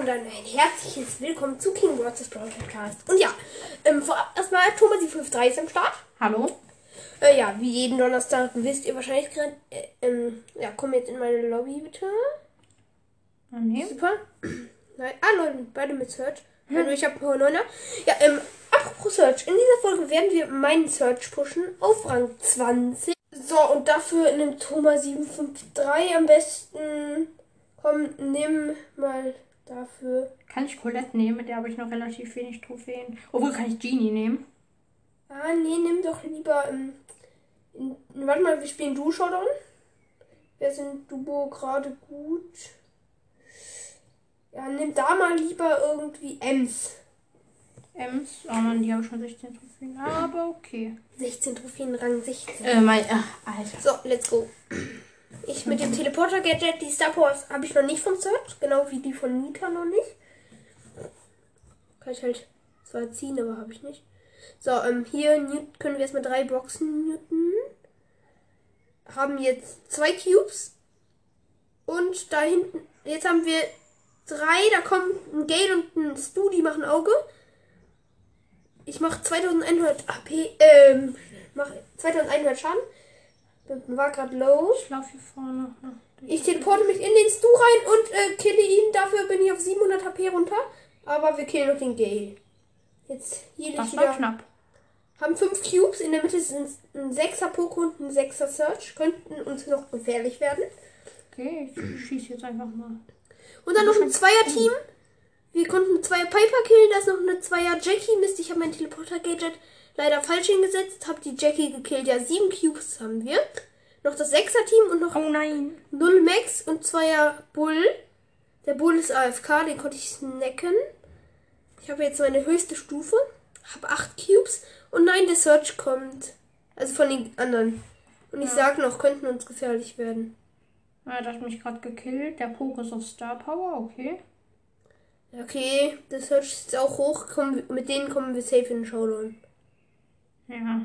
und ein herzliches Willkommen zu King Brothers Brawl Podcast. Und ja, ähm, vorab erstmal Thomas753 ist am Start. Hallo? Äh, ja, wie jeden Donnerstag wisst ihr wahrscheinlich gerade. Äh, ähm, ja, komm jetzt in meine Lobby bitte. Ah, nee. Super. Nein, ah, neun, beide mit Search. Also ich habe hohe Neuner. Ja, ähm, apropos Search. In dieser Folge werden wir meinen Search pushen auf Rang 20. So, und dafür nimmt Thomas753 am besten. Komm, nimm mal dafür. Kann ich Colette nehmen? Mit der habe ich noch relativ wenig Trophäen. Obwohl, kann ich Genie nehmen? Ah, nee, nimm doch lieber. Ähm, in, warte mal, wir spielen du Showdown. Wer sind Duo gerade gut? Ja, nimm da mal lieber irgendwie Ems. Ems? Oh Mann, die haben schon 16 Trophäen. Aber okay. 16 Trophäen, Rang 16. Äh, mein. Ach, Alter. So, let's go. Ich mit dem Teleporter-Gadget, die Star Powers habe ich noch nicht vom Search, genau wie die von Nita noch nicht. Kann ich halt zwar ziehen, aber habe ich nicht. So, ähm, hier Newt, können wir erstmal drei Boxen Newton. Haben jetzt zwei Cubes. Und da hinten, jetzt haben wir drei, da kommt ein Gale und ein Stu, die machen Auge. Ich mache 2100 AP, ähm, mach 2100 Schaden. War gerade low. Ich laufe hier vorne. Ach, Ich teleporte mich in den Stu rein und äh, kille ihn. Dafür bin ich auf 700 HP runter. Aber wir killen noch den Gale. Jetzt hier liegt Das war wieder. knapp. Haben fünf Cubes. In der Mitte ist ein, ein 6er Poco und ein 6er Search. Könnten uns noch gefährlich werden. Okay, ich schieße jetzt einfach mal. Und dann noch ein Zweier-Team. Wir konnten ein Zweier Piper killen. Da ist noch eine Zweier Jackie. Mist, ich habe mein Teleporter-Gadget leider falsch hingesetzt. Habe die Jackie gekillt. Ja, sieben Cubes haben wir. Noch das Sechser-Team und noch Oh nein. Null Max und zweier Bull. Der Bull ist AFK, den konnte ich snacken. Ich habe jetzt meine höchste Stufe. Habe acht Cubes. Und nein, der Search kommt. Also von den anderen. Und ich sag noch, könnten uns gefährlich werden. Ah, der hat mich gerade gekillt. Der Poke ist auf Star Power, okay. Okay, der Search ist auch hoch. Kommen, wir- mit denen kommen wir safe in den Showdown. Ja.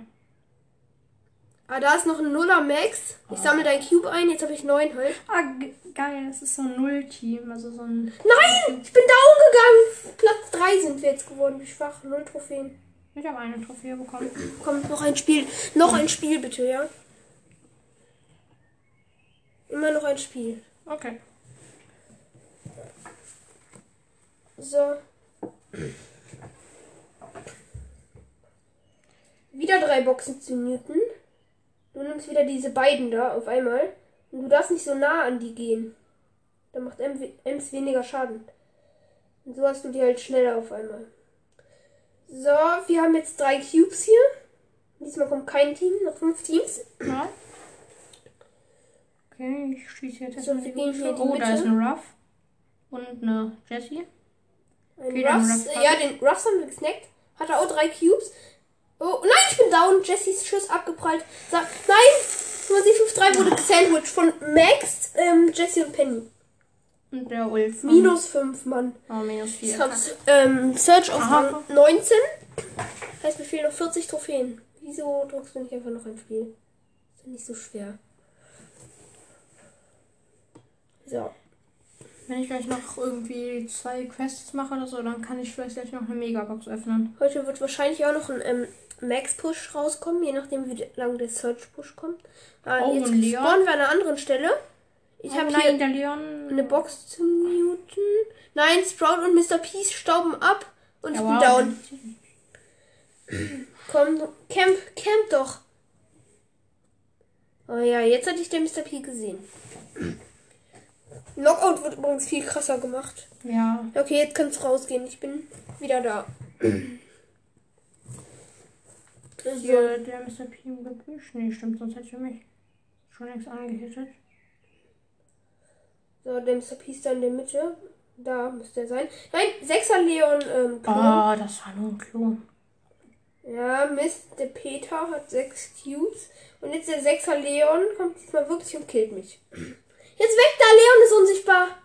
Ah, da ist noch ein Nuller Max. Ich sammle deinen Cube ein. Jetzt habe ich neun halt. Ah, ge- geil. Das ist so ein Null-Team. Also so ein. Nein! Ich bin down gegangen. Platz drei sind wir jetzt geworden. Wie schwach. Null Trophäen. Ich habe eine Trophäe bekommen. Kommt noch ein Spiel. Noch ein Spiel bitte, ja? Immer noch ein Spiel. Okay. So. Wieder drei Boxen zu Newton. Du nimmst wieder diese beiden da auf einmal. Und du darfst nicht so nah an die gehen. Dann macht M- Ems weniger Schaden. Und so hast du die halt schneller auf einmal. So, wir haben jetzt drei Cubes hier. Diesmal kommt kein Team, noch fünf Teams. Ja. Okay, ich schieße jetzt Also, erstmal wir die gehen hier die Wunde. Oh, da Mitte. ist ein Ruff. Und eine Jessie. Ein Okay, dann Ruffs, Ruffs äh, haben- ja, den Ruffs haben wir gesnackt. Hat er auch drei Cubes. Oh, nein, ich bin down. Jessys Schuss abgeprallt. Sag, nein! 753 wurde gesandwiched von Max, ähm, Jesse und Penny. Und der Ulf. von- Minus 5, Mann. Oh, minus Ich 4. hab's, ähm, Search auf Aha. Rang 19. Heißt, mir fehlen noch 40 Trophäen. Wieso druckst du nicht einfach noch ein Spiel? Ist doch nicht so schwer. So. Wenn ich gleich noch irgendwie zwei Quests mache oder so, dann kann ich vielleicht gleich noch eine Megabox öffnen. Heute wird wahrscheinlich auch noch ein ähm, Max-Push rauskommen, je nachdem, wie lang der Search-Push kommt. Ah, Oh, jetzt und Leon? spawnen wir an einer anderen Stelle. Ich Ich habe habe Oh, nein, hier der Leon. eine Box zum Newton. Nein, Sprout und Mr. Peace stauben ab und ich Ja, bin wow. down. Komm, camp, camp doch. Oh ja, jetzt hatte ich den Mr. P gesehen. Knockout wird übrigens viel krasser gemacht. Ja. Okay, jetzt kannst du rausgehen. Ich bin wieder da. So. Hier, der Mr. P im Gebüsch. Nee, stimmt, sonst hätte er mich schon längst angehittet. So, der Mr. P ist da in der Mitte. Da müsste er sein. Nein, 6er Leon ähm, Klon. Oh, das war nur ein Klon. Ja, Mist, der Peter hat 6 Cubes. Und jetzt der 6er Leon kommt diesmal wirklich und killt mich. Jetzt weg da, Leon ist unsichtbar.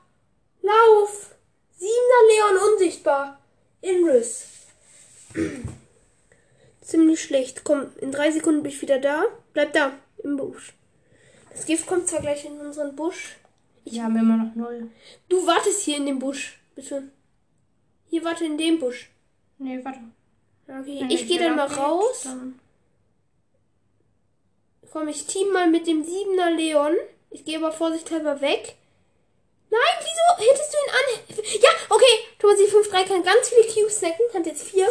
Lauf! 7er Leon unsichtbar. Inris. Ziemlich schlecht. Komm, in drei Sekunden bin ich wieder da. Bleib da, im Busch. Das Gift kommt zwar gleich in unseren Busch. Ich habe immer noch null. Du wartest hier in dem Busch, bitte. Hier, warte, in dem Busch. Nee, warte. Okay, Wenn ich gehe wieder dann mal geht, raus. Dann Komm, ich team mal mit dem Siebener Leon. Ich gehe aber vorsichtshalber weg. Nein, wieso hättest du ihn an... Ja, okay. Thomas, die 5-3 kann ganz viele Teams snacken. Hat jetzt vier.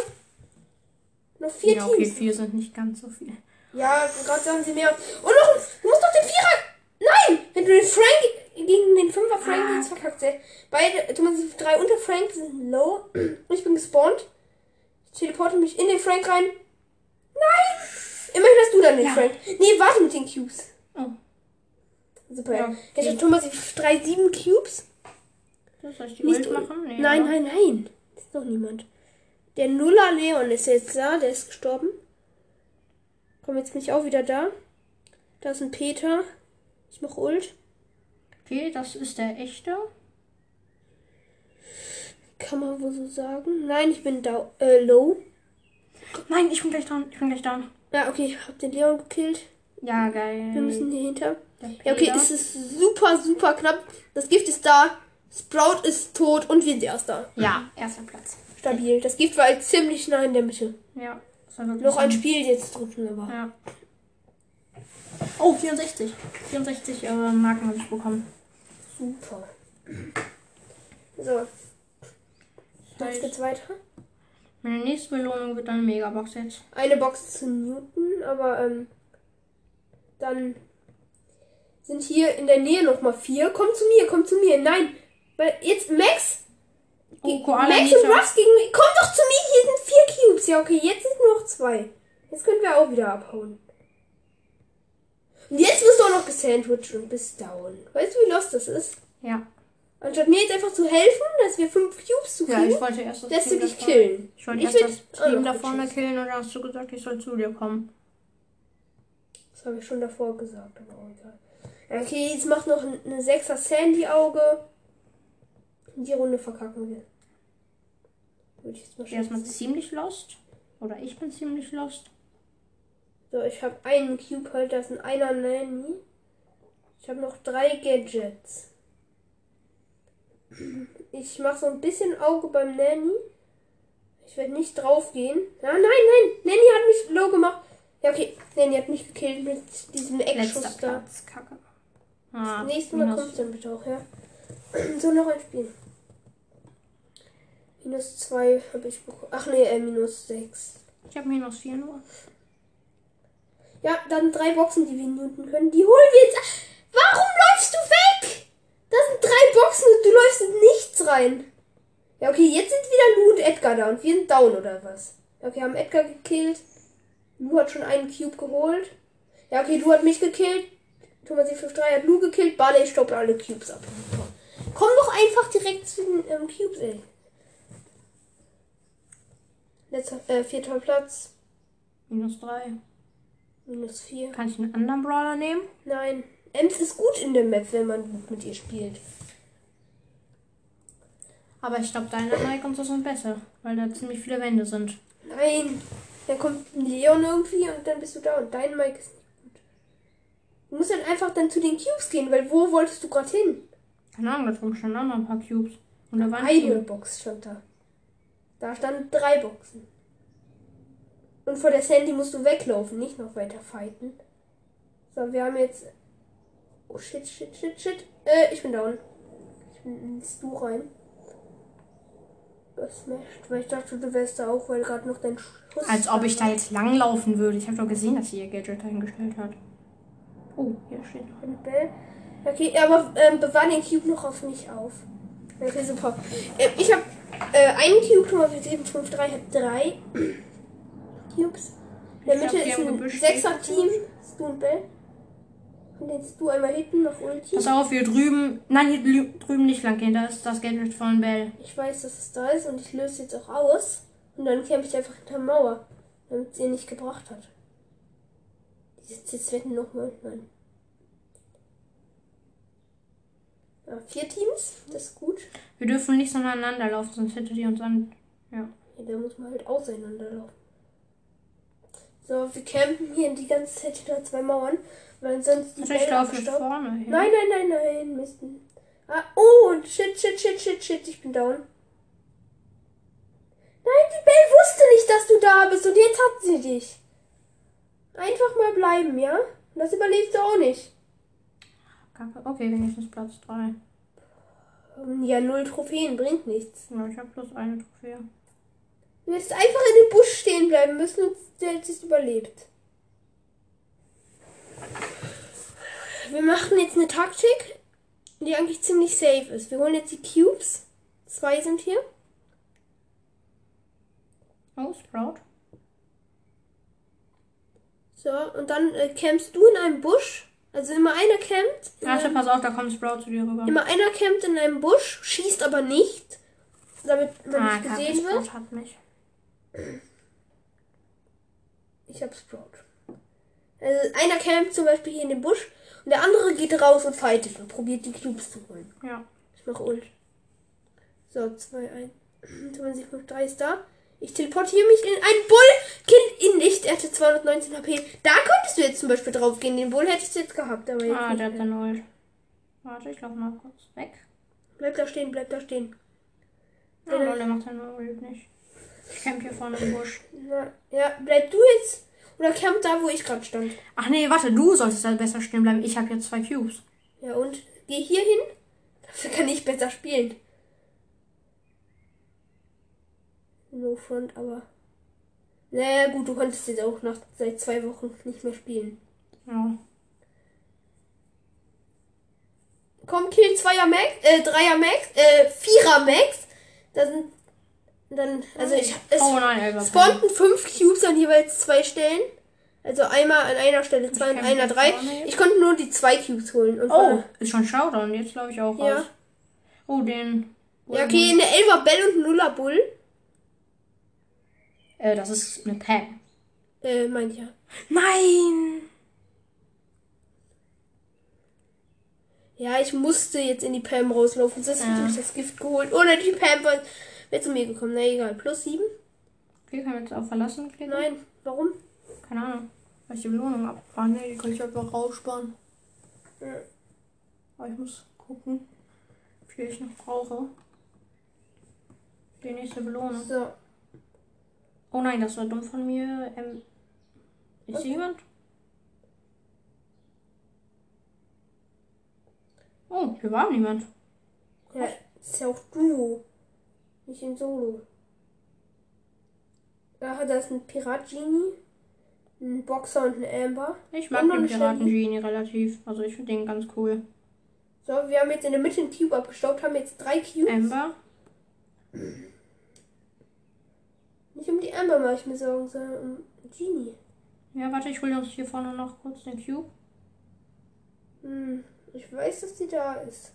Noch vier ja, okay, Teams. vier sind nicht ganz so viel. Ja, gerade sagen sie mehr. Und noch, ein- du musst doch den Vierer... Nein! Wenn du den Frank gegen den Fünfer Frank Ah. jetzt verkackt, ey. Beide, Thomas, die 3 und der Frank sind low. Ich bin gespawnt. Ich teleporte mich in den Frank rein. Nein! Immerhin hast du dann den Ja. Frank. Nee, warte mit den Cubes. Oh, Super. Ja, Ja, okay. Jetzt hat Thomas die drei sieben Cubes. soll ich die Nicht Ult machen? Nee, nein, oder? nein, nein. Das ist doch niemand. Der Nuller Leon ist jetzt da, der ist gestorben. Komm, jetzt bin ich auch wieder da. Da ist ein Peter. Ich mach Ult. Okay, das ist der echte. Kann man wohl so sagen. Nein, ich bin da, äh, low. Nein, ich bin gleich dran. Ich bin gleich dran. Ja, okay, ich hab den Leon gekillt. Ja, geil. Wir müssen hier hinter. Der Ja, okay, Hm. Peter. es ist super, super knapp. Das Gift ist da. Sprout ist tot und wir sind erster. Ja, erster Platz. Stabil. Das Gift war halt ziemlich nah in der Mitte. Ja, das war wirklich Noch ein so. Spiel jetzt drücken, aber. Ja. Oh, 64. 64 äh, Marken habe ich bekommen. Super. So, jetzt geht's weiter. Meine nächste Belohnung wird dann Megabox jetzt. Eine Box zu Newton, aber ähm, dann sind hier in der Nähe nochmal vier. Komm zu mir, komm zu mir. Nein, weil jetzt Max. Oh, ge- Koala Max Ninja. und Ruffs gegen mich. Komm doch zu mir, hier sind vier Cubes. Ja, okay, jetzt sind nur noch zwei. Jetzt können wir auch wieder abhauen. Und jetzt wirst du auch noch gesandwiched und bist down. Weißt du, wie los das ist? Ja. Anstatt mir jetzt einfach zu helfen, dass wir fünf Cubes zu Ja, kriegen, ich wollte erst das lässt du Team dich da vorne- killen. Ich Oh, wollte Ich erst will- das Ah, Team da gut, vorne tschüss. killen und dann hast du gesagt, ich soll zu dir kommen. Das habe ich schon davor gesagt, aber auch egal. Ja, Okay, jetzt macht noch ein- eine 6er Sandy-Auge. Die Runde verkacken wir. Würde ich jetzt mal Ich bin erstmal schätzen. ziemlich lost. Oder ich bin ziemlich lost. So, ich habe einen Cube halt, das ist ein einer Nanny. Ich habe noch drei Gadgets. Ich mache so ein bisschen Auge beim Nanny. Ich werde nicht draufgehen. Ah, nein, nein, Nanny hat mich low gemacht. Ja, okay, Nanny hat mich gekillt mit diesem Letzter Eckschuss da. Platz. Kacke. Ah, Das nächste Mal minus- kommt dann bitte auch, ja. So, noch ein Spiel. Minus 2 habe ich bekommen. Ach nee, äh, minus 6. Ich habe minus 4 nur. Ja, dann drei Boxen, die wir Newton können. Die holen wir jetzt. Warum läufst du weg? Das sind drei Boxen und du läufst in nichts rein. Ja, okay, jetzt sind wieder Lou und Edgar da und wir sind down oder was? Ja, okay, haben Edgar gekillt. Lou hat schon einen Cube geholt. Ja, okay, Lou hat mich gekillt. Thomas 753 hat Lou gekillt. Barley stoppt alle Cubes ab. Komm doch einfach direkt zu den ähm, Cubes, ey. Letzter, äh, vierter Platz. Minus 3. Minus vier. Kann ich einen anderen Brawler nehmen? Nein. Ems ist gut in der Map, wenn man gut mit ihr spielt. Aber ich glaube, deine Mike und so sind besser, weil da ziemlich viele Wände sind. Nein. Dann kommt ein Leon irgendwie und dann bist du da und dein Mike ist nicht gut. Du musst dann einfach dann zu den Cubes gehen, weil wo wolltest du gerade hin? Keine Ahnung, da drum standen auch noch ein paar Cubes. Und da waren Eine viele. Box stand da. Da standen drei Boxen. Und vor der Sandy musst du weglaufen, nicht noch weiter fighten. So, wir haben jetzt. Oh shit, shit, shit, shit. Äh, ich bin down. Ich bin ins Du rein. Gesmashed, weil ich dachte, du wärst da auch, weil gerade noch dein Schuss. Als ob ich da jetzt langlaufen würde. Ich habe doch gesehen, dass sie ihr Gadget dahingestellt hat. Oh, hier steht noch. Und Bell. Okay, aber ähm, bewahr den Cube noch auf mich auf. Okay, super. Ähm, ich habe äh, einen Cube, Nummer 753 hat drei Cubes. In der Ich Mitte glaub, die ist haben ein gebüscht. Sechser-Team, Stu und Bell. Und jetzt du einmal hinten, mach Ulti. Pass auf, hier drüben. Nein, hier drü- drüben nicht lang gehen. Da ist das Gadget von Bell. Ich weiß, dass es da ist und ich löse jetzt auch aus. Und dann kämpfe ich einfach hinter Mauer, damit es ihr nicht gebracht hat. Die sitzt jetzt wetten nochmal. Nein. Ja, vier Teams, das ist gut. Wir dürfen nicht so aneinander laufen, sonst hätte die uns an. Ja. Ja, da muss man halt auseinanderlaufen. So, wir campen hier die ganze Zeit hinter zwei Mauern, weil sonst die Also ich Welt laufe abstaubt. vorne hin. Nein, nein, nein, nein, Mist. Ah, oh, und shit, shit, shit, shit, shit, ich bin down. Bell wusste nicht, dass du da bist und jetzt hat sie dich. Einfach mal bleiben, ja? Das überlebst du auch nicht. Kacke. Okay, wenigstens Platz 3. Ähm, Ja, null Trophäen bringt nichts. Ja, ich habe bloß eine Trophäe. Du hättest einfach in dem Busch stehen bleiben müssen und du hättest überlebt. Wir machen jetzt eine Taktik, die eigentlich ziemlich safe ist. Wir holen jetzt die Cubes. Zwei sind hier. Oh, Sprout. So, und dann äh, campst du in einem Busch. Also immer einer campt. in Warte, einem- pass auf, da kommt Sprout zu dir rüber. ähm, Immer einer campt in einem Busch, schießt aber nicht, damit man Ah, nicht Kacke, gesehen wird. Sprout hat mich. Ich hab Sprout. Also einer campt zum Beispiel hier in dem Busch und der andere geht raus und fightet und probiert die Cubes zu holen. Ja. Ich mach Ult. So, 2, 1, 25, 3 ist da. Ich teleportiere mich in ein Bull, Kind in Licht. Er hatte 219 HP. Da könntest du jetzt zum Beispiel drauf gehen. Den Bull hättest du jetzt gehabt, aber jetzt Ah, nicht der hat mehr. den Ult. Warte, ich lauf mal kurz weg. Bleib da stehen, bleib da stehen. Oh, lol, der macht den Ult nicht. Ich camp hier vorne im Busch. Na, ja, bleib du jetzt oder camp da, wo ich gerade stand. Ach nee, warte, du solltest da besser stehen bleiben. Ich habe jetzt zwei Cubes. Ja, und geh hier hin. Dafür kann ich besser spielen. No front, aber. Naja, gut, du konntest jetzt auch nach seit zwei Wochen nicht mehr spielen. Ja. Komm, kill Zweier Max, äh, Dreier Max, äh, Vierer Max. Da sind. Dann, also ich hab. Es oh nein, Elber. spawnten fünf Cubes an jeweils zwei Stellen. Also einmal an einer Stelle zwei und kann einer die drei. vorne Ich konnte nur die zwei Cubes holen. Und Oh, vorne- ist schon Showdown. Jetzt laufe ich auch Ja. raus. Oh, den. Ja, okay, eine Elfer Bell und ein Nuller Bull. Äh, das ist eine Pam. Äh, meint ja. Nein! Ja, ich musste jetzt in die Pam rauslaufen, sonst hätte Ja. ich das Gift geholt. Oder die Pam wäre wär zu mir gekommen. Na egal. Plus sieben? Okay, können wir jetzt auch verlassen? Klicken? Nein. Warum? Keine Ahnung. Weil ich die Belohnung ab. Ah, nee, die kann ich einfach raussparen. Ja. Aber ich muss gucken, wie viel ich noch brauche. Für die nächste Belohnung. So. Oh nein, das war dumm von mir. Ähm, ist hier jemand? Oh, hier war niemand. Ja, ist ja auch Duo. Nicht in Solo. Ah, da ist ein Pirat-Genie. Ein Boxer und ein Amber. Ich mag Und noch den eine Piraten Shelly. Genie relativ. Also ich finde den ganz cool. So, wir haben jetzt in der Mitte einen Cube abgestaubt, haben jetzt drei Cubes. Amber. Nicht um die Amber mache ich mir Sorgen, sondern um Genie. Ja, warte, ich hole uns hier vorne noch kurz den Cube. Hm, ich weiß, dass die da ist.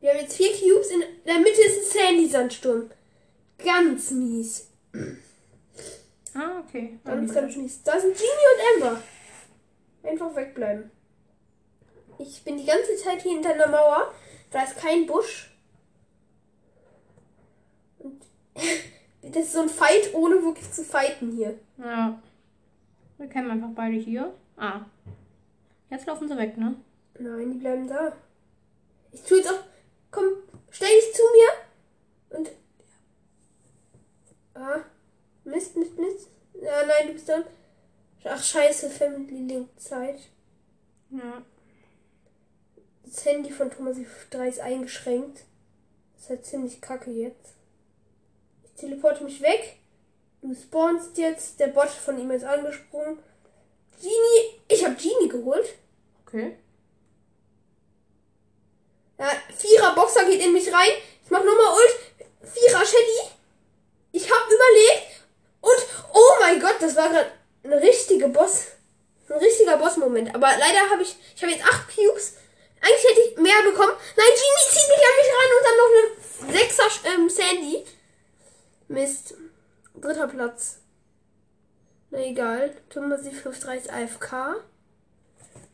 Wir haben jetzt vier Cubes. In der Mitte ist ein Sandy-Sandsturm. Ganz mies. Ah, okay. Ganz, Ah, ganz mies. Da sind Genie und Amber. Einfach wegbleiben. Ich bin die ganze Zeit hier hinter einer Mauer. Da ist kein Busch. Und das ist so ein Fight, ohne wirklich zu fighten hier. Ja. Wir kämen einfach beide hier. Ah. Jetzt laufen sie weg, ne? Nein, die bleiben da. Ich tue jetzt auch. Komm, stell dich zu mir. Und. Ah. Mist, Mist, Mist. Ja, nein, du bist dann. Ach, scheiße, Family Link Zeit. Ja. Das Handy von Thomas 3 ist eingeschränkt. Das ist halt ziemlich kacke jetzt. Ich teleporte mich weg. Du spawnst jetzt. Der Bot von ihm ist angesprungen. Genie. Ich habe Genie geholt. Okay. Ja, Äh, Vierer Boxer geht in mich rein. Ich mach nochmal Ult. Vierer Shelly. Ich hab überlegt. Und oh mein Gott, das war gerade ein richtiger Boss. Ein richtiger Boss-Moment. Aber leider habe ich. Ich habe jetzt acht Cubes. Eigentlich hätte ich mehr bekommen. Nein, Genie zieht mich an mich rein und dann noch eine Sechser ähm, Sandy. Mist. Dritter Platz. Na egal. Thomas 530 AFK.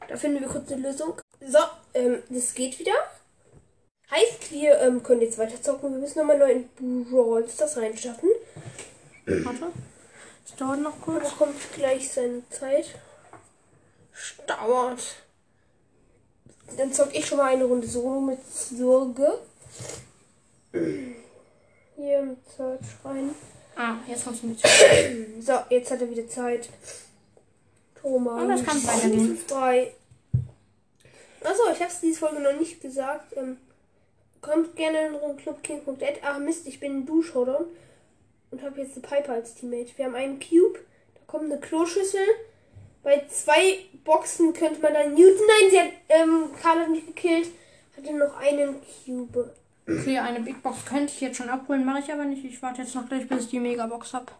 Da finden wir kurz eine Lösung. So, ähm, das geht wieder. Heißt, wir ähm, können jetzt weiter zocken. Wir müssen nochmal neu in Brawl Stars reinschaffen. Warte. Es dauert noch Da kurz. kommt gleich seine Zeit. Stauert. Dann zock ich schon mal eine Runde Solo mit Sorge. Hier im Search rein. Ah, jetzt kommst du mit. So, jetzt hat er wieder Zeit. Thomas. Und Oh, das kann weitergehen. Frei. Achso, ich habe es diese Folge noch nicht gesagt. Ähm, kommt gerne in unseren clubking.net. Ach Mist, ich bin in Duschhodern und habe jetzt eine Piper als Teammate. Wir haben einen Cube, da kommt eine Kloschüssel. Bei zwei Boxen könnte man dann Newton. Nein, sie hat ähm, Karl hat mich gekillt. Hatte noch einen Cube. Okay, eine Big Box könnte ich jetzt schon abholen, mache ich aber nicht. Ich warte jetzt noch gleich, bis ich die Megabox habe.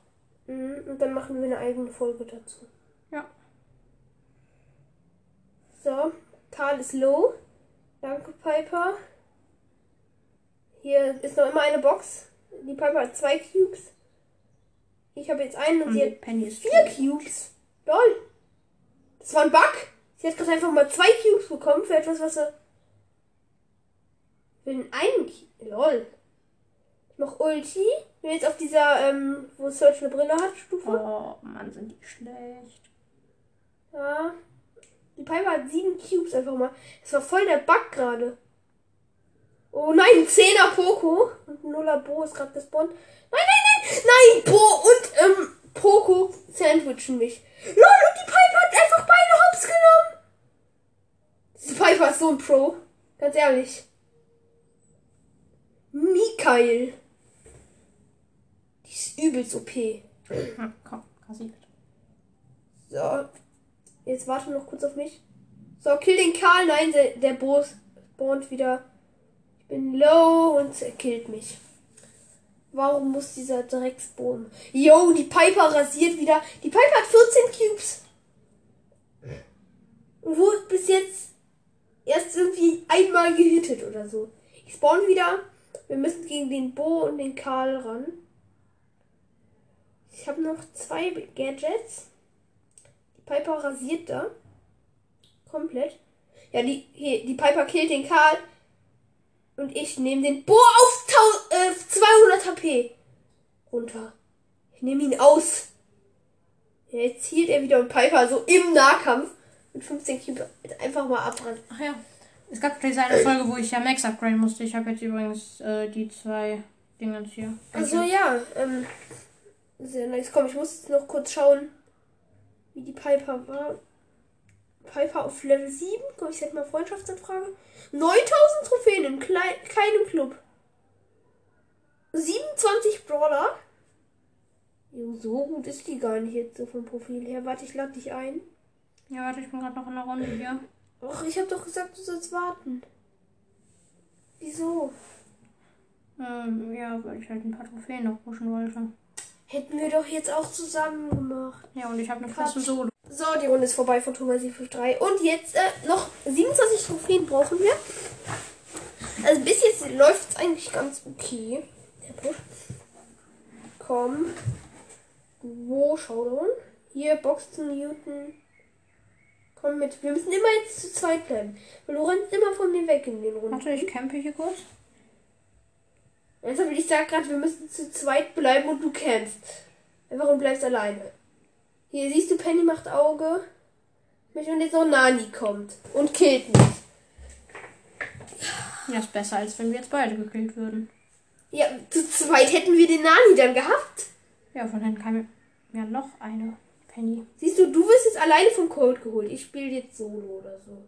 Mhm, Und dann machen wir eine eigene Folge dazu. Ja. So, Karl ist low. Danke, Piper. Hier ist noch immer eine Box. Die Piper hat zwei Cubes. Ich habe jetzt einen und Und sie hat die Penny ist vier Cubes. Lol. Das war ein Bug. Sie hat gerade einfach mal zwei Cubes bekommen für etwas, was er. Für den einen Cube. Lol. Ich mach Ulti. Bin jetzt auf dieser, ähm, wo Search eine Brille hat, Stufe. Oh Mann, sind die schlecht. Ja. Die Piper hat sieben Cubes einfach mal. Das war voll der Bug gerade. Oh nein, ein Zehner Poco. Und ein Nuller Bo ist gerade gespawnt. Nein, nein, nein. Nein, Bo und ähm, Poco sandwichen mich. Lol, und die Piper hat einfach beide Hops genommen. Die Piper ist so ein Pro. Ganz ehrlich. Mikael. Die ist übelst OP. Hm, komm, kassiert. So. Jetzt warte noch kurz auf mich. So, kill den Karl. Nein, der, der Bo spawnt wieder. Ich bin low und er killt mich. Warum muss dieser Drecksboden? Yo, die Piper rasiert wieder. Die Piper hat 14 Cubes. Und wurde bis jetzt erst irgendwie einmal gehittet oder so. Ich spawn wieder. Wir müssen gegen den Bo und den Karl ran. Ich habe noch zwei Gadgets. Piper rasiert da. Komplett. Ja, die, hier, die Piper killt den Karl. Und ich nehme den Bohr auf tau- äh, 200 HP runter. Ich nehme ihn aus. Ja, jetzt hielt er wieder und Piper so im Nahkampf mit 15 Cubes einfach mal abrannt. Ach ja. Es gab diese eine Folge, wo ich ja Max upgraden musste. Ich habe jetzt übrigens äh, die zwei Dingens hier. Also ja, ähm, sehr nice. Komm, ich muss jetzt noch kurz schauen, wie die Piper war. Piper auf Level 7. Komm, ich setze mal Freundschaftsanfrage. 9000 Trophäen in klei- keinem Club. 27 Brawler. Jo, so gut ist die gar nicht jetzt so vom Profil her. Warte, ich lade dich ein. Ja, warte, ich bin gerade noch in der Runde hier. Och, ich habe doch gesagt, du sollst warten. Wieso? Ähm, ja, weil ich halt ein paar Trophäen noch pushen wollte. Hätten wir doch jetzt auch zusammen gemacht. Ja, und ich habe eine Quatsch. krasse Solo. So, die Runde ist vorbei von Thomas 753. Und jetzt äh, noch 27 Trophäen brauchen wir. Also bis jetzt läuft es eigentlich ganz okay. Der Push. Komm. Wo Showdown? Hier, Boxen, Newton. Komm mit. Wir müssen immer jetzt zu zweit bleiben. Weil du rennst immer von mir weg in den Runden. Warte, ich campe hier kurz. Deshalb will ich sag gerade, wir müssen zu zweit bleiben und du kämpfst. Einfach und bleibst alleine. Hier siehst du, Penny macht Auge. Mich und jetzt noch Nani kommt und killt mich. Ja, ist besser, als wenn wir jetzt beide gekillt würden. Ja, zu zweit hätten wir den Nani dann gehabt. Ja, von hinten kam ja noch eine Penny. Siehst du, du wirst jetzt alleine vom Cold geholt. Ich spiele jetzt Solo oder so.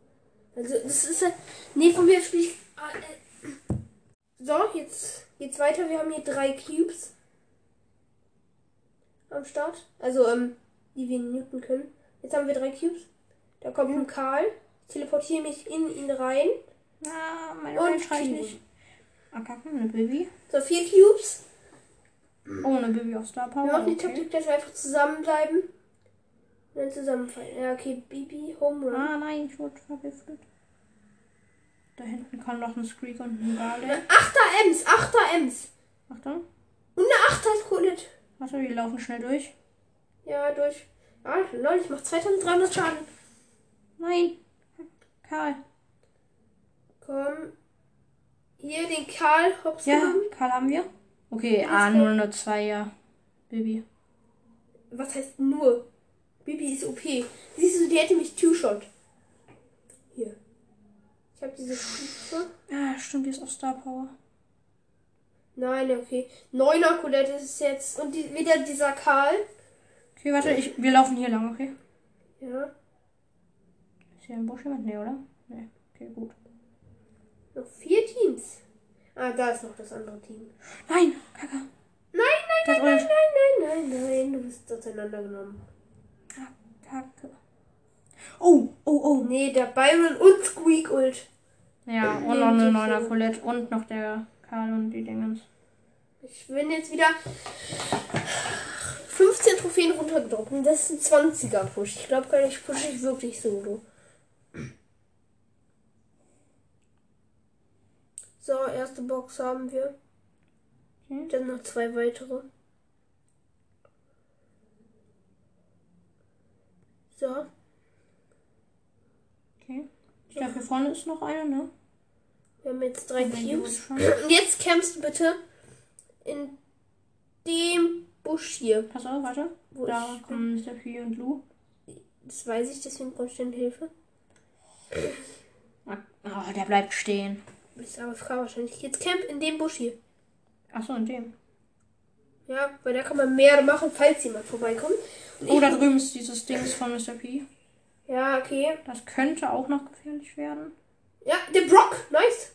Also, das ist halt. Nee, von mir spiele ich. ah, äh. So, jetzt geht's weiter. Wir haben hier drei Cubes. Am Start. Also, ähm, die wir newton können. Jetzt haben wir drei Cubes. Da kommt ein Karl. Ich teleportiere mich in ihn rein. Ah, meine Und Range reicht Kiwi. nicht. Ah, kacke, eine Baby. So, vier Cubes. Oh, eine Baby auf Star Power. Wir machen die okay. Taktik, dass wir einfach zusammenbleiben. Und dann zusammenfallen. Ja, okay. Bibi, Home Run. Ah, nein, ich wurde vergiftet. Da hinten kam noch ein Squeak und ein Gale. Achter Ems, Achter Ems. Achtung. Und eine Achter ist Kohlett. Warte, wir laufen schnell durch. Ja, durch. Ah, lol, ich mach 2300 Schaden. Nein. Karl. Komm. Hier den Karl hops Ja, genommen. Karl haben wir. Okay, Ja, ah, ist gut. 002, ja. Baby. Was heißt nur? Bibi ist OP. Siehst du, die hätte mich Two-Shot. Hier. Ich habe diese Stufe. Ah, stimmt, die ist auf Star Power. Nein, okay. Neuner Colette ist es jetzt. Und die, wieder dieser Karl. Okay, warte, ich, wir laufen hier lang, okay? Ja. Ist hier im Busch jemand? Nee, oder? Nee. Okay, gut. Noch vier Teams. Ah, da ist noch das andere Team. Nein! Kacke! Nein, nein, Das nein, nein, Orange. nein, nein, nein, nein. Du bist auseinandergenommen. Ah, Kacke. Oh, oh, oh. Nee, der Byron und Squeak Ult. Ja, und noch eine neuner Colette und noch der Karl und die Dingens. Ich bin jetzt wieder 15 Trophäen runtergedroppt. Und Das ist ein 20er Push. Ich glaube gar nicht, pushe ich wirklich solo. So, erste Box haben wir. Okay. Dann noch zwei weitere. So, Okay. Ich glaube, hier vorne ist noch eine, ne? wir haben jetzt drei Moment, die Cubes. wurde schon. Und jetzt kämpfst du bitte in dem Busch hier. Pass auf, warte. Wo Da ich bin. kommen Mr. P und Lou. Das weiß ich, deswegen brauchst du denn Hilfe. Ah, Oh, der bleibt stehen. Du bist aber frei wahrscheinlich. Jetzt camp in dem Busch hier. Achso, und dem. Ja, weil da kann man mehr machen, falls jemand vorbeikommt. Und Oh, ich- da drüben ist dieses Dings von Mr. P. Ja, okay. Das könnte auch noch gefährlich werden. Ja, der Brock. Nice.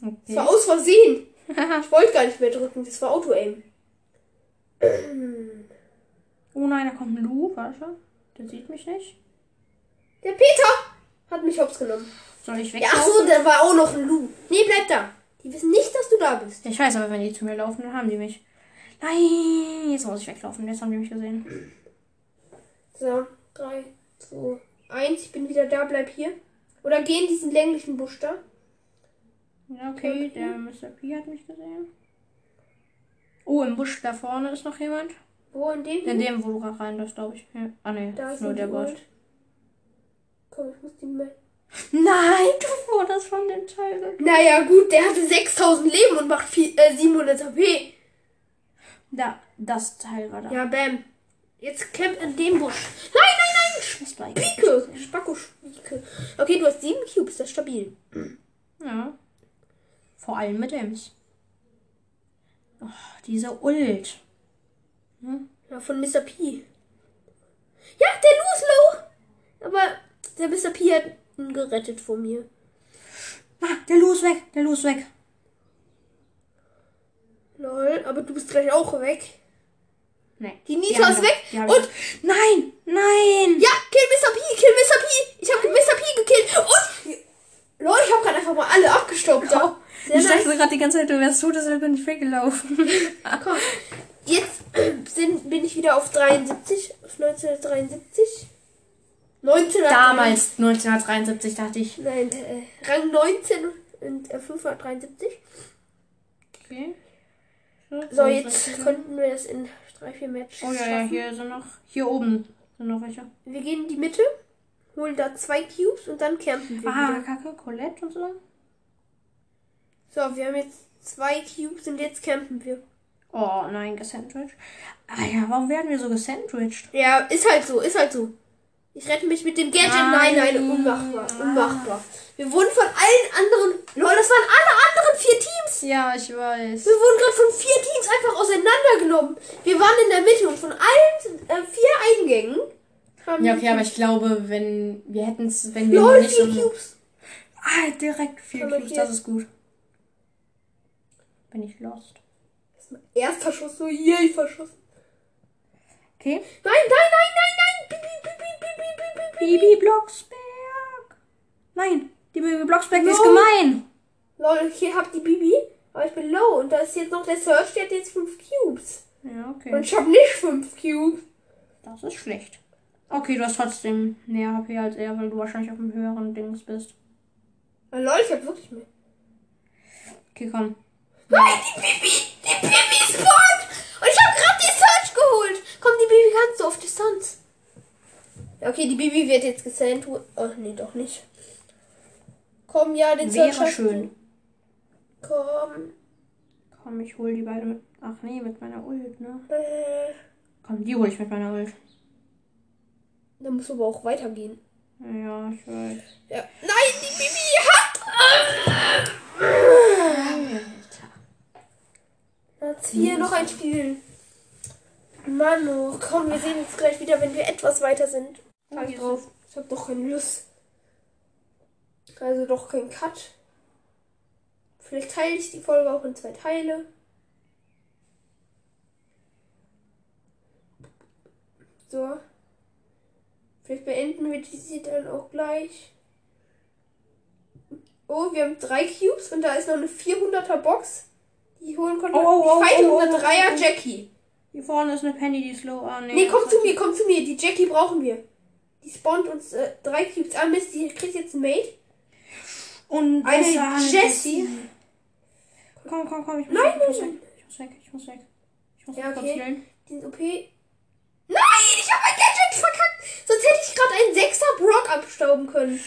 Das Okay. war aus Versehen. Ich wollte gar nicht mehr drücken. Das war Auto-Aim. Oh nein, da kommt ein Lou, warte. Der sieht mich nicht. Der Peter hat mich hops genommen. Soll ich Ja, ach weglaufen? so, da war auch noch ein Lou. Nee, bleib da. Die wissen nicht, dass du da bist. Ich weiß, aber wenn die zu mir laufen, dann haben die mich. Nein, jetzt muss ich weglaufen. Jetzt haben die mich gesehen. So, 3, 2, 1. Ich bin wieder da. Bleib hier. Oder geh in diesen länglichen Busch da. Ja, okay, Mhm. der Mr. P hat mich gesehen. Oh, im Busch da vorne ist noch jemand. Wo in dem? In dem, wo du gerade rein darfst, glaube ich. Ja. Ah, nee, Mhm. Da ist ist nur der die Bot. Ult. Komm, ich muss die mal. Nein, du wurdest von dem Teil. Naja, gut, der hatte 6000 Leben und macht viel, äh, 700 HP. Da, das Teil war da. Ja, bam. Jetzt camp in dem Busch. Nein, nein, nein! Das war Spieke! Spacko-Spieke. Okay, du hast 7 Cubes, das ist stabil. Ja. Vor allem mit Ems. Oh, diese Ult. Ja, von Mr. P. Ja, der Lou ist low! Aber der Mr. P hat ihn gerettet vor mir. Ah, der Lu ist weg, der Lu ist weg. Lol, aber du bist gleich auch weg. Nee. Die Nita haben ist wir- weg die haben und- wir- Nein, nein. Ja, kill Mr. P, kill Mr. P! Ich habe Mr. P gekillt und... Lol, ich habe gerade einfach mal alle abgestaubt. Ja, sehr ich nice. dachte gerade die ganze Zeit, du wärst tot, deshalb bin ich weggelaufen. Komm, jetzt sind, bin ich wieder auf 73, auf 1973. 19 Damals, 1973, dachte ich. Nein, äh, Rang 19 und äh, 573. Okay. So, jetzt konnten wir das in 3-4 Matches Oh ja, ja, schaffen. hier sind noch. Hier oben sind noch welche. Wir gehen in die Mitte, holen da zwei Cubes und dann campen wir Ah, wieder. Kacke, Colette und so. So, wir haben jetzt zwei Cubes und jetzt campen wir. Oh nein, gesandwiched. Ah ja, warum werden wir so gesandwiched? Ja, ist halt so, ist halt so. Ich rette mich mit dem Gadget. Nein, Nein. nein, unmachbar, unmachbar. Wir wurden von allen anderen... Lol, das waren alle anderen vier Teams. Ja, ich weiß. Wir wurden gerade von vier Teams einfach auseinandergenommen. Wir waren in der Mitte und von allen äh, vier Eingängen haben Ja, okay, aber ich glaube, wenn wir hätten es, wenn wir LOL, nicht so. vier Cubes. Ah, direkt vier Aber Cubes, hier- das ist gut. Bin ich lost. Erster Schuss, so yay, verschossen. Okay. Nein, nein, nein, nein, nein. Piep, piep, piep, piep, piep, piep, piep, piep. Bibi Blocksberg. Nein, die Bibi Blocksberg die ist No. gemein. Lol, hier habt die Bibi, aber ich bin low. Und da ist jetzt noch der Search, der hat jetzt fünf Cubes. Ja, okay. Und ich hab nicht fünf Cubes. das ist schlecht. Okay, du hast trotzdem mehr HP als er, weil du wahrscheinlich auf einem höheren Dings bist. Ah, Lol, ich hab wirklich mehr. Okay, komm. Nein, die Bibi, die Bibi spawnt. Und ich hab grad die Search geholt. Komm, die Bibi kannst du auf Distanz. Ja, Okay, die Bibi wird jetzt gesand. Oh, nee, doch nicht. Komm, ja, den Search. Wäre hast du. schön. Komm. Komm, ich hole die beide mit. Ach nee, mit meiner Ult, ne? Äh, Komm, die hole ich mit meiner Ult. dann musst du aber auch weitergehen. Ja, ich weiß. Ja. Nein, die äh, Bibi hat. Platz 4. Mhm. Noch ein Spiel. Mann, oh, komm, wir sehen uns gleich wieder, wenn wir etwas weiter sind. Schau ich drauf. Ich hab doch keine Lust. Also doch kein Cut. Vielleicht teile ich die Folge auch in zwei Teile. So. Vielleicht beenden wir diese dann auch gleich. Oh, wir haben drei Cubes und da ist noch eine 400er Box. Die holen konnten. Oh, oh, oh, ich fight oh, oh, 103er oh, oh. Jackie. Hier vorne ist eine Penny, die ist low. Ah, nee. Nee, komm zu mir, komm zu mir. Die Jackie brauchen wir. Die spawnt uns äh, drei Cubes an. Mist, die kriegt jetzt ein Mate. Und Eine das war eine Jessie. Komm, komm, komm. Ich muss Nein, weg, ich muss nein, weg. Ich muss weg, ich muss weg. Ich muss Ja, kurz okay. chillen. Die sind OP. Nein, ich habe mein Gadget verkackt. Sonst hätte ich gerade einen Sechser Brock abstauben können.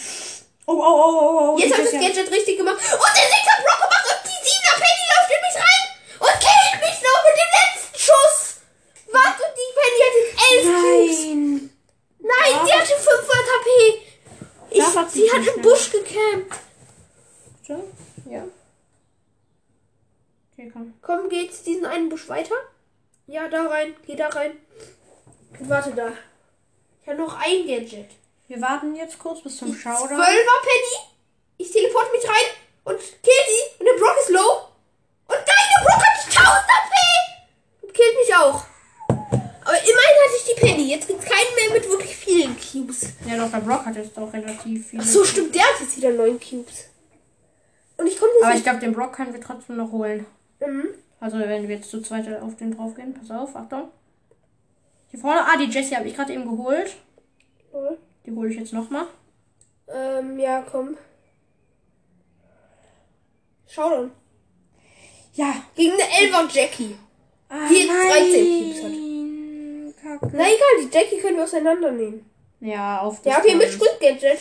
Oh, oh, oh, oh, oh. Jetzt die habe ich das Jessie hat- Gadget richtig gemacht. Und den Sechser Brock gemacht und die Siebener Penny läuft in mich rein und killt mich noch mit dem letzten Schuss. Was? Und die Penny hat jetzt elf Cubes. Nein. Nein, die hatte 500 HP. Da war Ich, sie sie hat nicht im mehr. Busch gecampt. So, Ja. Okay, komm. Komm, geht's diesen einen Busch weiter? Ja, da rein. Geh da rein. Und warte da. Ich habe noch ein Gadget. Wir warten jetzt kurz bis zum Showdown. Zwölfer Penny. Ich teleporte mich rein und kill sie. Und der Brock ist low. Und nein, der Brock hat 1000 AP. Und killt mich auch. Aber immerhin hatte ich die Penny. Jetzt gibt's keinen mehr mit wirklich vielen Cubes. Ja, doch, der Brock hat jetzt auch relativ viel. Ach so, stimmt. Der hat jetzt wieder neun Cubes. Und ich konnte Aber ich nicht... glaube, den Brock können wir trotzdem noch holen. Mhm. Also, wenn wir jetzt zu zweit auf den drauf gehen. Pass auf, Achtung. Hier vorne. Ah, die Jessie habe ich gerade eben geholt. Lol. Die hole ich jetzt nochmal. Ähm, ja, komm. Schau dann. Ja. Gegen eine Elfer Jackie. Ah, Die jetzt 13 Cubes halt. nein. Kacke. Na egal, die Jackie können wir auseinandernehmen. Ja, auf Ja, okay, mit Distanz. Sprint-Gadget.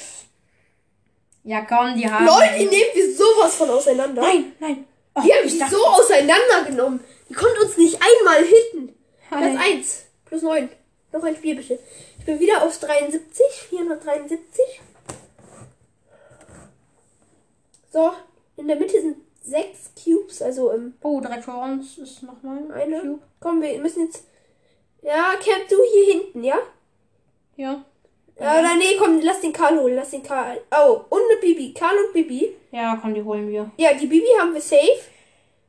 Ja, komm, die haben. Lol, die nehmen wir sowas von auseinander. Nein, nein. Oh, Die haben die so auseinandergenommen. Die konnten uns nicht einmal hitten. Platz Hi. 1 plus 9. Noch ein Spiel bitte. Ich bin wieder auf 73, 473. So, in der Mitte sind 6 Cubes, also ähm, Oh, direkt vor uns ist nochmal Eine. ein Cube. Komm, wir müssen jetzt. Ja, camp du hier hinten, ja? Ja. Ja, oder nee, komm, lass den Karl holen, lass den Karl. Oh, und eine Bibi. Karl und Bibi. Ja, komm, die holen wir. Ja, die Bibi haben wir safe.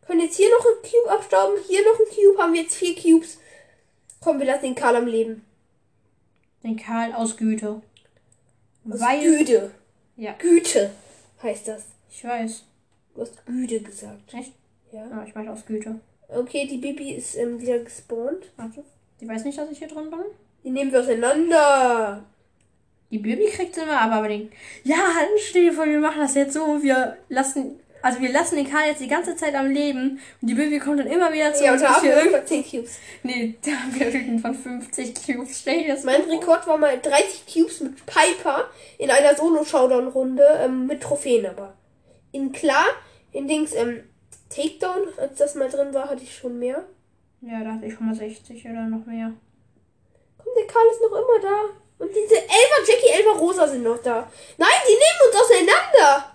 Können jetzt hier noch einen Cube abstauben, hier noch einen Cube, haben wir jetzt vier Cubes. Komm, wir lassen den Karl am Leben. Den Karl aus Güte. Aus Weil. Güte. Ja, Güte heißt das. ich weiß. Du hast Güte gesagt. Echt? Ja. Aber ich meine aus Güte. Okay, die Bibi ist ähm, wieder gespawnt. Warte. Die weiß nicht, dass ich hier drin bin. Die nehmen wir auseinander. Die Bibi kriegt immer, aber aber den. Ja, stell dir vor, wir machen das jetzt so. Wir lassen. Also wir lassen den Karl jetzt die ganze Zeit am Leben und die Bibi kommt dann immer wieder zu Ja, uns. und da bis haben wir wir irgend- über 10 Cubes. Nee, da haben wir irgendwann 50 Cubes. Stell dir das Mein mal vor. Rekord war mal 30 Cubes mit Piper in einer Solo-Showdown-Runde ähm, mit Trophäen aber. In klar, in Dings ähm, Takedown, als das mal drin war, hatte ich schon mehr. Ja, da hatte ich schon mal 60 oder noch mehr. Komm, der Karl ist noch immer da. Und diese Elva, Jackie, Elva, Rosa sind noch da. Nein, die nehmen uns auseinander.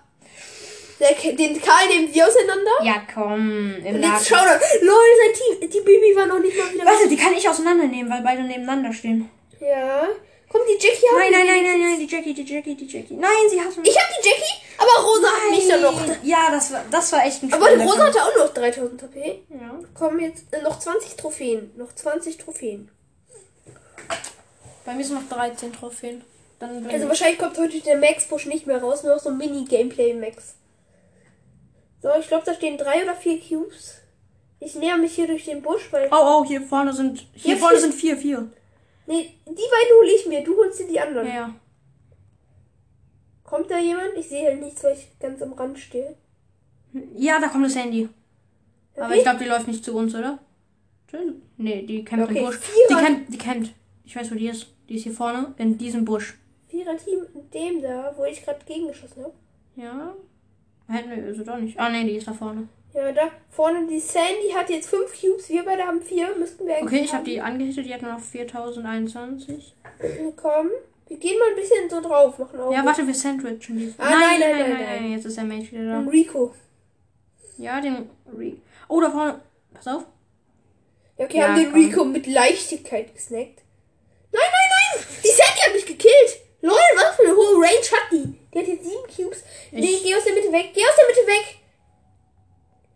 Der, K- den Karl nehmen wir auseinander. Ja, komm. Im Und Laden. jetzt Showdown. Lol, sein Team. Die Bibi war noch nicht mal wieder. Warte, die kann ich auseinandernehmen, weil beide nebeneinander stehen. Ja. Komm, die Jackie haben Nein, nein, nein, nein, nein, die Jackie, die Jackie, die Jackie. Nein, sie hat Ich hab die Jackie, aber Rosa hat mich dann noch. Ja, das war, das war echt ein Aber Spiel. Rosa hatte auch noch 3000 HP. Ja. Kommen jetzt äh, noch 20 Trophäen. Noch 20 Trophäen. Bei mir sind noch 13 Trophäen. Dann bin Also ich. wahrscheinlich kommt heute der Max-Push nicht mehr raus, nur noch so ein Mini-Gameplay im Max. So, ich glaube, da stehen drei oder vier Cubes. Ich näher mich hier durch den Busch, weil. Oh, oh, hier vorne sind. Hier Ja, vorne vier. sind vier, vier. Nee, die beiden hole ich mir. Du holst dir die anderen. Ja. Kommt da jemand? Ich sehe halt nichts, weil ich ganz am Rand stehe. Ja, da kommt das Handy. Aber Okay. ich glaube, die läuft nicht zu uns, oder? Tschüss. Nee, die kämpft Okay, im Busch. Vierer. Die kämpft, die kämpft. Ich weiß, wo die ist. Die ist hier vorne, in diesem Busch. Vierer-Team mit dem da, wo ich gerade gegengeschossen habe. Ja. Hätten wir sie doch nicht. Ah, nee, die ist da vorne. Ja, da vorne die Sandy hat jetzt fünf Cubes. Wir beide haben vier. Müssten wir eigentlich. Okay, ich habe haben. die angehittet, die hat nur noch 4021. Komm. Wir gehen mal ein bisschen so drauf. Machen auch Ja, warte, wir sandwichen die. Ah, nein, nein, nein, nein. jetzt ist der Mate wieder da. Rico. Ja, den Re Oh, da vorne. Pass auf. Ja, okay, Ja, haben den komm. Rico mit Leichtigkeit gesnackt. Nein, nein, nein! Die Sandy hat mich gekillt! Lol, was für eine hohe Range hat die? Die hat jetzt sieben Cubes. Nee, Ich- geh aus der Mitte weg, geh aus der Mitte weg!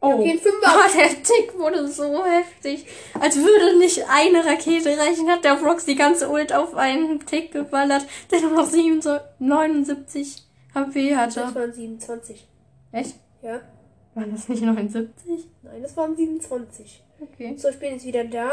Oh. Okay, ein Fünfer. Ah, der Tick wurde so heftig. Als würde nicht eine Rakete reichen, hat der Frogs die ganze Ult auf einen Tick geballert, der nur noch 7 so- 79 HP Das hatte. waren 27. Echt? Ja. Waren das nicht 79? Nein, das waren 27. Okay. So, ich bin jetzt wieder da.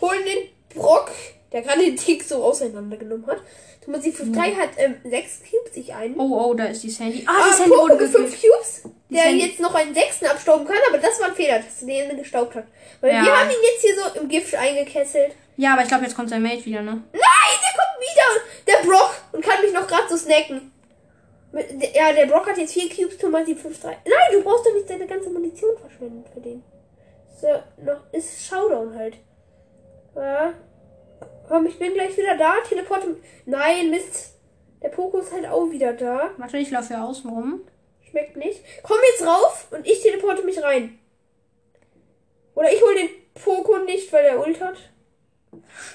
Holen den Brock, der gerade den Tick so auseinandergenommen hat. Thomas Hm. 3 hat ähm, 6 Cubes, ich einen. Oh, oh, da ist die Sandy. Ah, Ah, die Sandy Poco wurde mit 5 gekillt. Cubes, der Sandy- jetzt noch einen sechsten abstauben kann, aber das war ein Fehler, dass der den gestaubt hat. Weil Ja. wir haben ihn jetzt hier so im Gift eingekesselt. Ja, aber ich glaube, jetzt kommt sein Mate wieder, ne? Nein, der kommt wieder, der Brock, und kann mich noch gerade so snacken. Mit- der- Ja, der Brock hat jetzt 4 Cubes, Thomas 3. Nein, du brauchst doch nicht deine ganze Munition verschwenden für den. So, noch ist Showdown halt. Ja. Komm, ich bin gleich wieder da. Teleport. Nein, Mist. Der Poco ist halt auch wieder da. Warte, ich laufe hier außen rum. Schmeckt nicht. Komm jetzt rauf und ich teleporte mich rein. Oder ich hole den Poco nicht, weil er Ult hat.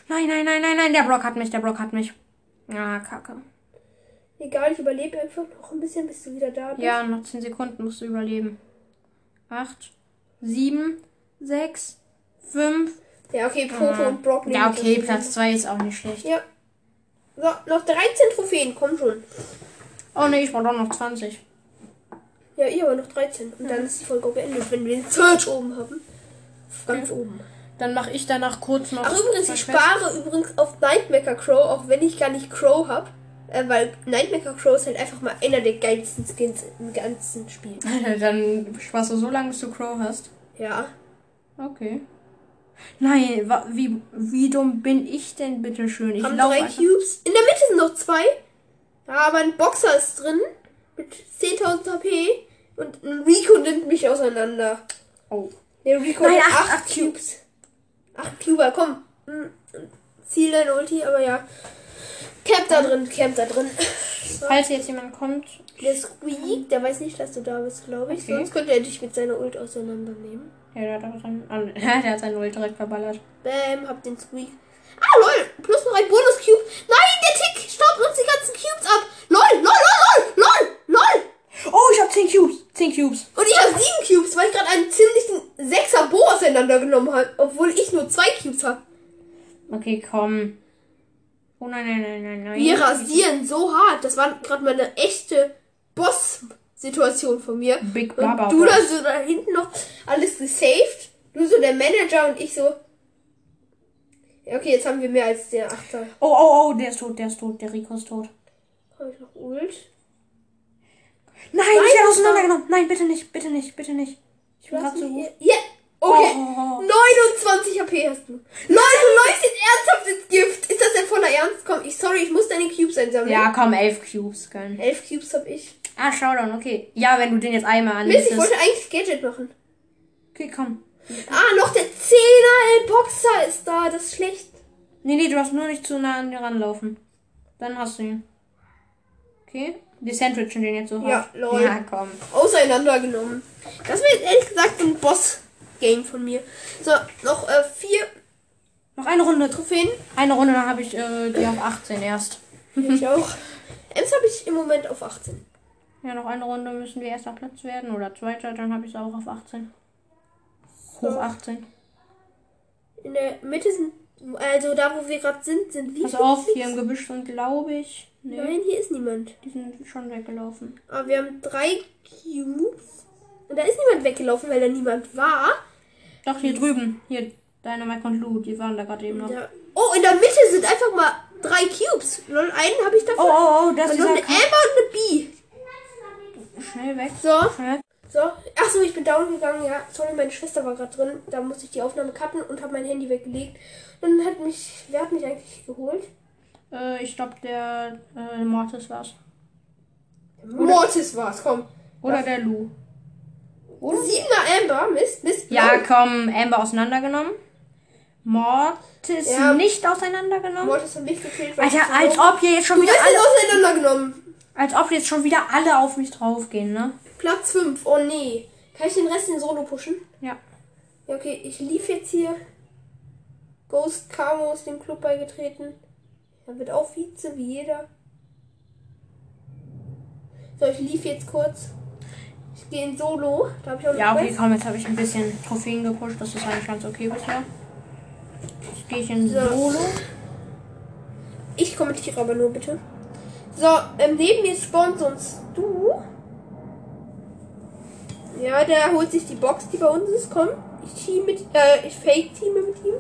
Nein, nein, nein, nein, nein, der Brock hat mich, der Brock hat mich. Ah, kacke. Egal, ich überlebe einfach noch ein bisschen, bis du wieder da bist. Ja, noch 10 Sekunden musst du überleben. 8, 7, 6, 5. Ja, okay, Poco und Brock nehmen Mhm. Ja, das okay, mit. Platz 2 ist auch nicht schlecht. Ja. So, noch 13 Trophäen, komm schon. Oh ne, ich brauche auch noch 20. Ja, ihr aber noch 13. Und Mhm. dann ist die Folge auch beendet, wenn wir den Search oben haben. Ganz oben. Dann mache ich danach kurz noch. Ach übrigens, was ich fest. spare übrigens auf Nightmaker Crow, auch wenn ich gar nicht Crow hab. Äh, weil Nightmaker Crow ist halt einfach mal einer der geilsten Skins im ganzen Spiel. Dann sparst du so lange, bis du Crow hast. Ja. Okay. Nein, wa wie, wie dumm bin ich denn bitte schön? Ich haben laufe drei einfach- Cubes. In der Mitte sind noch zwei. Ja, aber ein Boxer ist drin. Mit 10.000 HP. Und ein Rico nimmt mich auseinander. Oh. Der Rico Nein, hat acht- 8 acht Cubes. 8 Cuber, komm. Hm, Ziel dein Ulti, aber ja. Camp da drin, Camp da drin. Falls jetzt jemand kommt. Der Squeak, der weiß nicht, dass du da bist, glaube ich. Okay. Sonst könnte er dich mit seiner Ult auseinandernehmen. Ja, der hat auch seinen. ah, ne, der hat seinen Null direkt verballert. Bam, hab den Squeak. Ah, lol, plus noch ein Bonus-Cube. Nein, der Tick staubt uns die ganzen Cubes ab. Lol, lol, lol, lol, lol, lol. Oh, ich habe 10 Cubes! 10 Cubes! Und ich habe sieben Cubes, weil ich gerade einen ziemlichen sechser Bo auseinandergenommen habe, obwohl ich nur zwei Cubes habe. Okay, komm. Oh nein, nein, nein, nein, nein. Wir rasieren so hart. Das war gerade mal eine echte Boss-Situation von mir. Big Baba. Und du da so da hinten noch alles gesaved. Du so der Manager und ich so. Ja, okay, jetzt haben wir mehr als den Achter. Oh, oh, oh, der ist tot, der ist tot, der Rico ist tot. Habe ich noch Ult? Nein, ich werde Nein, auseinandergenommen. Nein, bitte nicht, bitte nicht, bitte nicht. Ich bin Lass gerade so mich gut. hier- Ja, okay. Oh. 29 HP hast du. Leute, du läufst jetzt ernsthaft ins Gift. Ist das denn voller Ernst? Komm, ich sorry, ich muss deine Cubes einsammeln. Ja, komm, elf Cubes, gönn. 11 Cubes habe ich. Ah, Showdown, okay. Ja, wenn du den jetzt einmal Mist, ich anlässt. wollte eigentlich Gadget machen. Okay, komm. Ah, noch der 10er El Boxer ist da. Das ist schlecht. Nee, nee, du darfst nur nicht zu nah an dir ranlaufen. Dann hast du ihn. Okay? Die Sandwichen den jetzt so Ja, hart. lol. Ja, komm. auseinandergenommen. Das wäre jetzt ehrlich gesagt so ein Boss-Game von mir. So, noch äh, vier Noch eine Runde. Trophäen. Eine Runde, dann habe ich äh, die auf 18 erst. ich auch. Ems habe ich im Moment auf 18. Ja, noch eine Runde müssen wir erster Platz werden oder zweiter, dann habe ich es auch auf 18. Hoch So. 18. In der Mitte sind, also da wo wir gerade sind, sind wie Pass viele auf, Cubes? hier im Gebüsch sind, glaube ich. Nee, Nein, hier ist niemand. die sind schon weggelaufen. Aber wir haben drei Cubes. Und da ist niemand weggelaufen, weil da niemand war. Doch, hier drüben. Hier, deine Mike und Lou, die waren da gerade eben noch. Da, oh, in der Mitte sind einfach mal drei Cubes. Lol, einen habe ich Oh, davon. oh, oh, das und ist noch eine Amber ja und eine B. Schnell weg. So. Schnell. So, achso, ich bin down gegangen, ja. Sorry, meine Schwester war gerade drin. Da musste ich die Aufnahme cutten und habe mein Handy weggelegt. Dann hat mich, wer hat mich eigentlich geholt? Äh, ich glaube, der äh, Mortis war's. Mortis war's, komm. Oder der Lou. Oder? Siebener Amber, Mist, Mist. Ja, komm, Amber auseinandergenommen. Mortis Ja. nicht auseinandergenommen. Mortis hat mich gekillt. weil ich Alter, so- als ob ihr jetzt schon Du wieder wirst alle. jetzt auseinandergenommen. Als ob jetzt schon wieder alle auf mich draufgehen, ne? Platz 5, oh nee. Kann ich den Rest in Solo pushen? Ja. Ja, okay, ich lief jetzt hier. Ghost Camo ist dem Club beigetreten. Er wird auch Vize wie jeder. So, ich lief jetzt kurz. Ich gehe in Solo. Da habe ich auch noch Ja, okay, Quest. komm, jetzt habe ich ein bisschen Trophäen gepusht. Das ist eigentlich ganz okay bisher. Jetzt gehe ich in So. Solo. Ich kommentiere aber nur bitte. So, ähm, neben mir spawnt sonst du. Ja, der holt sich die Box, die bei uns ist. Komm, ich team mit, äh, ich fake teame mit ihm.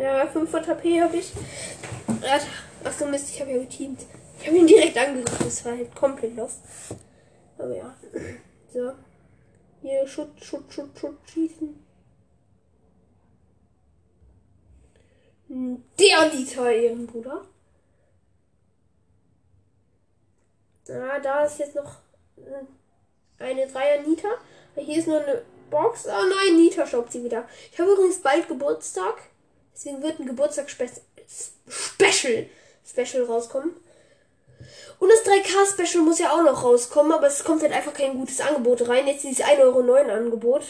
Ja, 500 HP habe ich. Er hat- Ach so Mist, ich habe ja geteamt. Ich habe ihn direkt angegriffen, das war halt komplett los. Aber ja. So. Hier, Schutt, Schutt, Schutt, Schutt, schießen. Der Dieter, ihren Bruder. Ja, da ist jetzt noch äh, eine Dreier Nita. Hier ist nur eine Box. Oh nein, Nita stoppt sie wieder. Ich habe übrigens bald Geburtstag. Deswegen wird ein Geburtstagsspecial Special rauskommen. Und das 3K-Special muss ja auch noch rauskommen, aber es kommt halt einfach kein gutes Angebot rein. Jetzt dieses 1,09 Euro Angebot.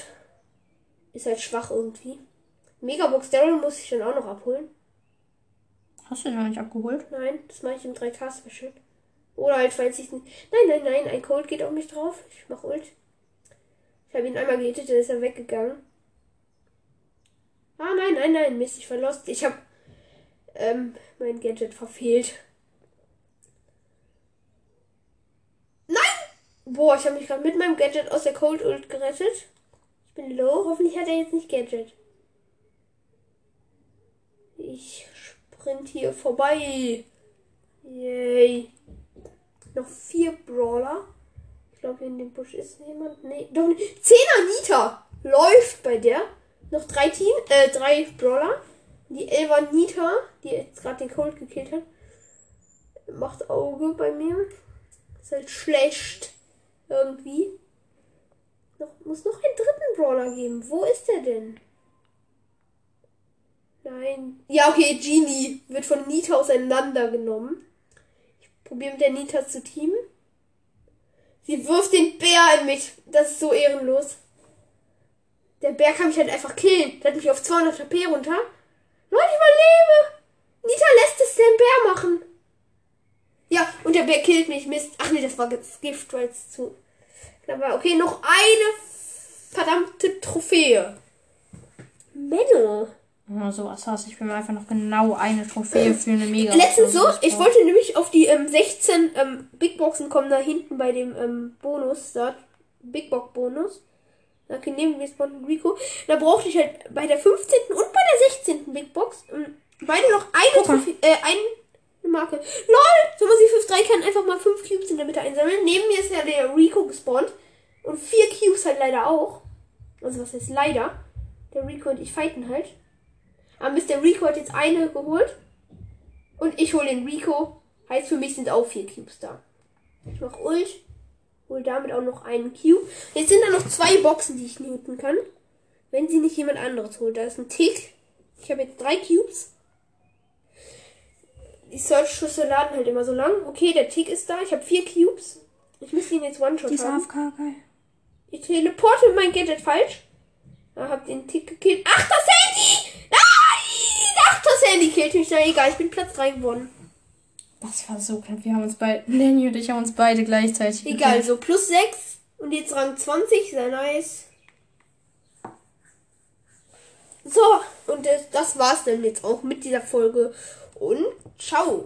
Ist halt schwach irgendwie. Megabox Daryl muss ich dann auch noch abholen. Hast du den noch nicht abgeholt? Nein, das mache ich im 3K-Special. Oder halt, falls ich... Nein, nein, nein, ein Cold geht auf mich drauf. Ich mach Ult. Ich habe ihn einmal gehittet, dann ist er weggegangen. Ah, nein, nein, nein, Mist, ich war lost. Ich habe ähm, mein Gadget verfehlt. Nein! Boah, ich habe mich gerade mit meinem Gadget aus der Cold Ult gerettet. Ich bin low. Hoffentlich hat er jetzt nicht Gadget. Ich sprint hier vorbei. Yay. Noch vier Brawler. Ich glaube, hier in dem Busch ist jemand. Nee, doch nicht. Zehner Nita. Läuft bei der. Noch drei Team, äh, drei Brawler. Die Elva Nita, die jetzt gerade den Cold gekillt hat, macht Auge bei mir. Ist halt schlecht. Irgendwie. Noch, muss noch einen dritten Brawler geben. Wo ist der denn? Nein. Ja, okay, Genie wird von Nita auseinandergenommen. Ich probiere mit der Nita zu teamen. Sie wirft den Bär in mich. Das ist so ehrenlos. Der Bär kann mich halt einfach killen. Der hat mich auf 200 HP runter. Leute, ich überlebe! Nita lässt es den Bär machen. Ja, und der Bär killt mich. Mist. Ach nee, das war jetzt Gift, weil es zu knapp war. Okay, noch eine verdammte Trophäe. Männer. Na, Ah, sowas hast. Ich will mir einfach noch genau eine Trophäe für eine Mega. Letztens so, ich wollte nämlich auf die ähm, 16 ähm, Big Boxen kommen, da hinten bei dem ähm, Bonus, da Big Box Bonus. Okay, neben mir spawnt ein Rico. Da brauchte ich halt bei der 15. und bei der 16. Big Box ähm, beide noch eine, Trophä- äh, eine Marke. LOL! So muss ich fürs 3 kann einfach mal 5 Cubes in der Mitte einsammeln. Neben mir ist ja der Rico gespawnt. Und 4 Cubes halt leider auch. Also was heißt leider? Der Rico und ich fighten halt. Aber Mr. Rico hat jetzt eine geholt. Und ich hole den Rico. Heißt, für mich sind auch vier Cubes da. Ich mach Ult. Hol damit auch noch einen Cube. Jetzt sind da noch zwei Boxen, die ich looten kann. Wenn sie nicht jemand anderes holt. Da ist ein Tick. Ich habe jetzt drei Cubes. Die Search-Schüsse laden halt immer so lang. Okay, der Tick ist da. Ich habe vier Cubes. Ich müsste ihn jetzt One-Shot Dieser haben. AFK, geil. Ich teleporte mein Gadget falsch. Ah, hab den Tick gekillt. Ach, das Handy! Nein! Ach, das Handy killt mich. Na egal, ich bin Platz 3 geworden. Das war so knapp. Wir haben uns beide, Lenny und ich haben uns beide gleichzeitig. Egal, so plus 6 und jetzt Rang 20, sehr nice. So, und das, das war's dann jetzt auch mit dieser Folge und ciao.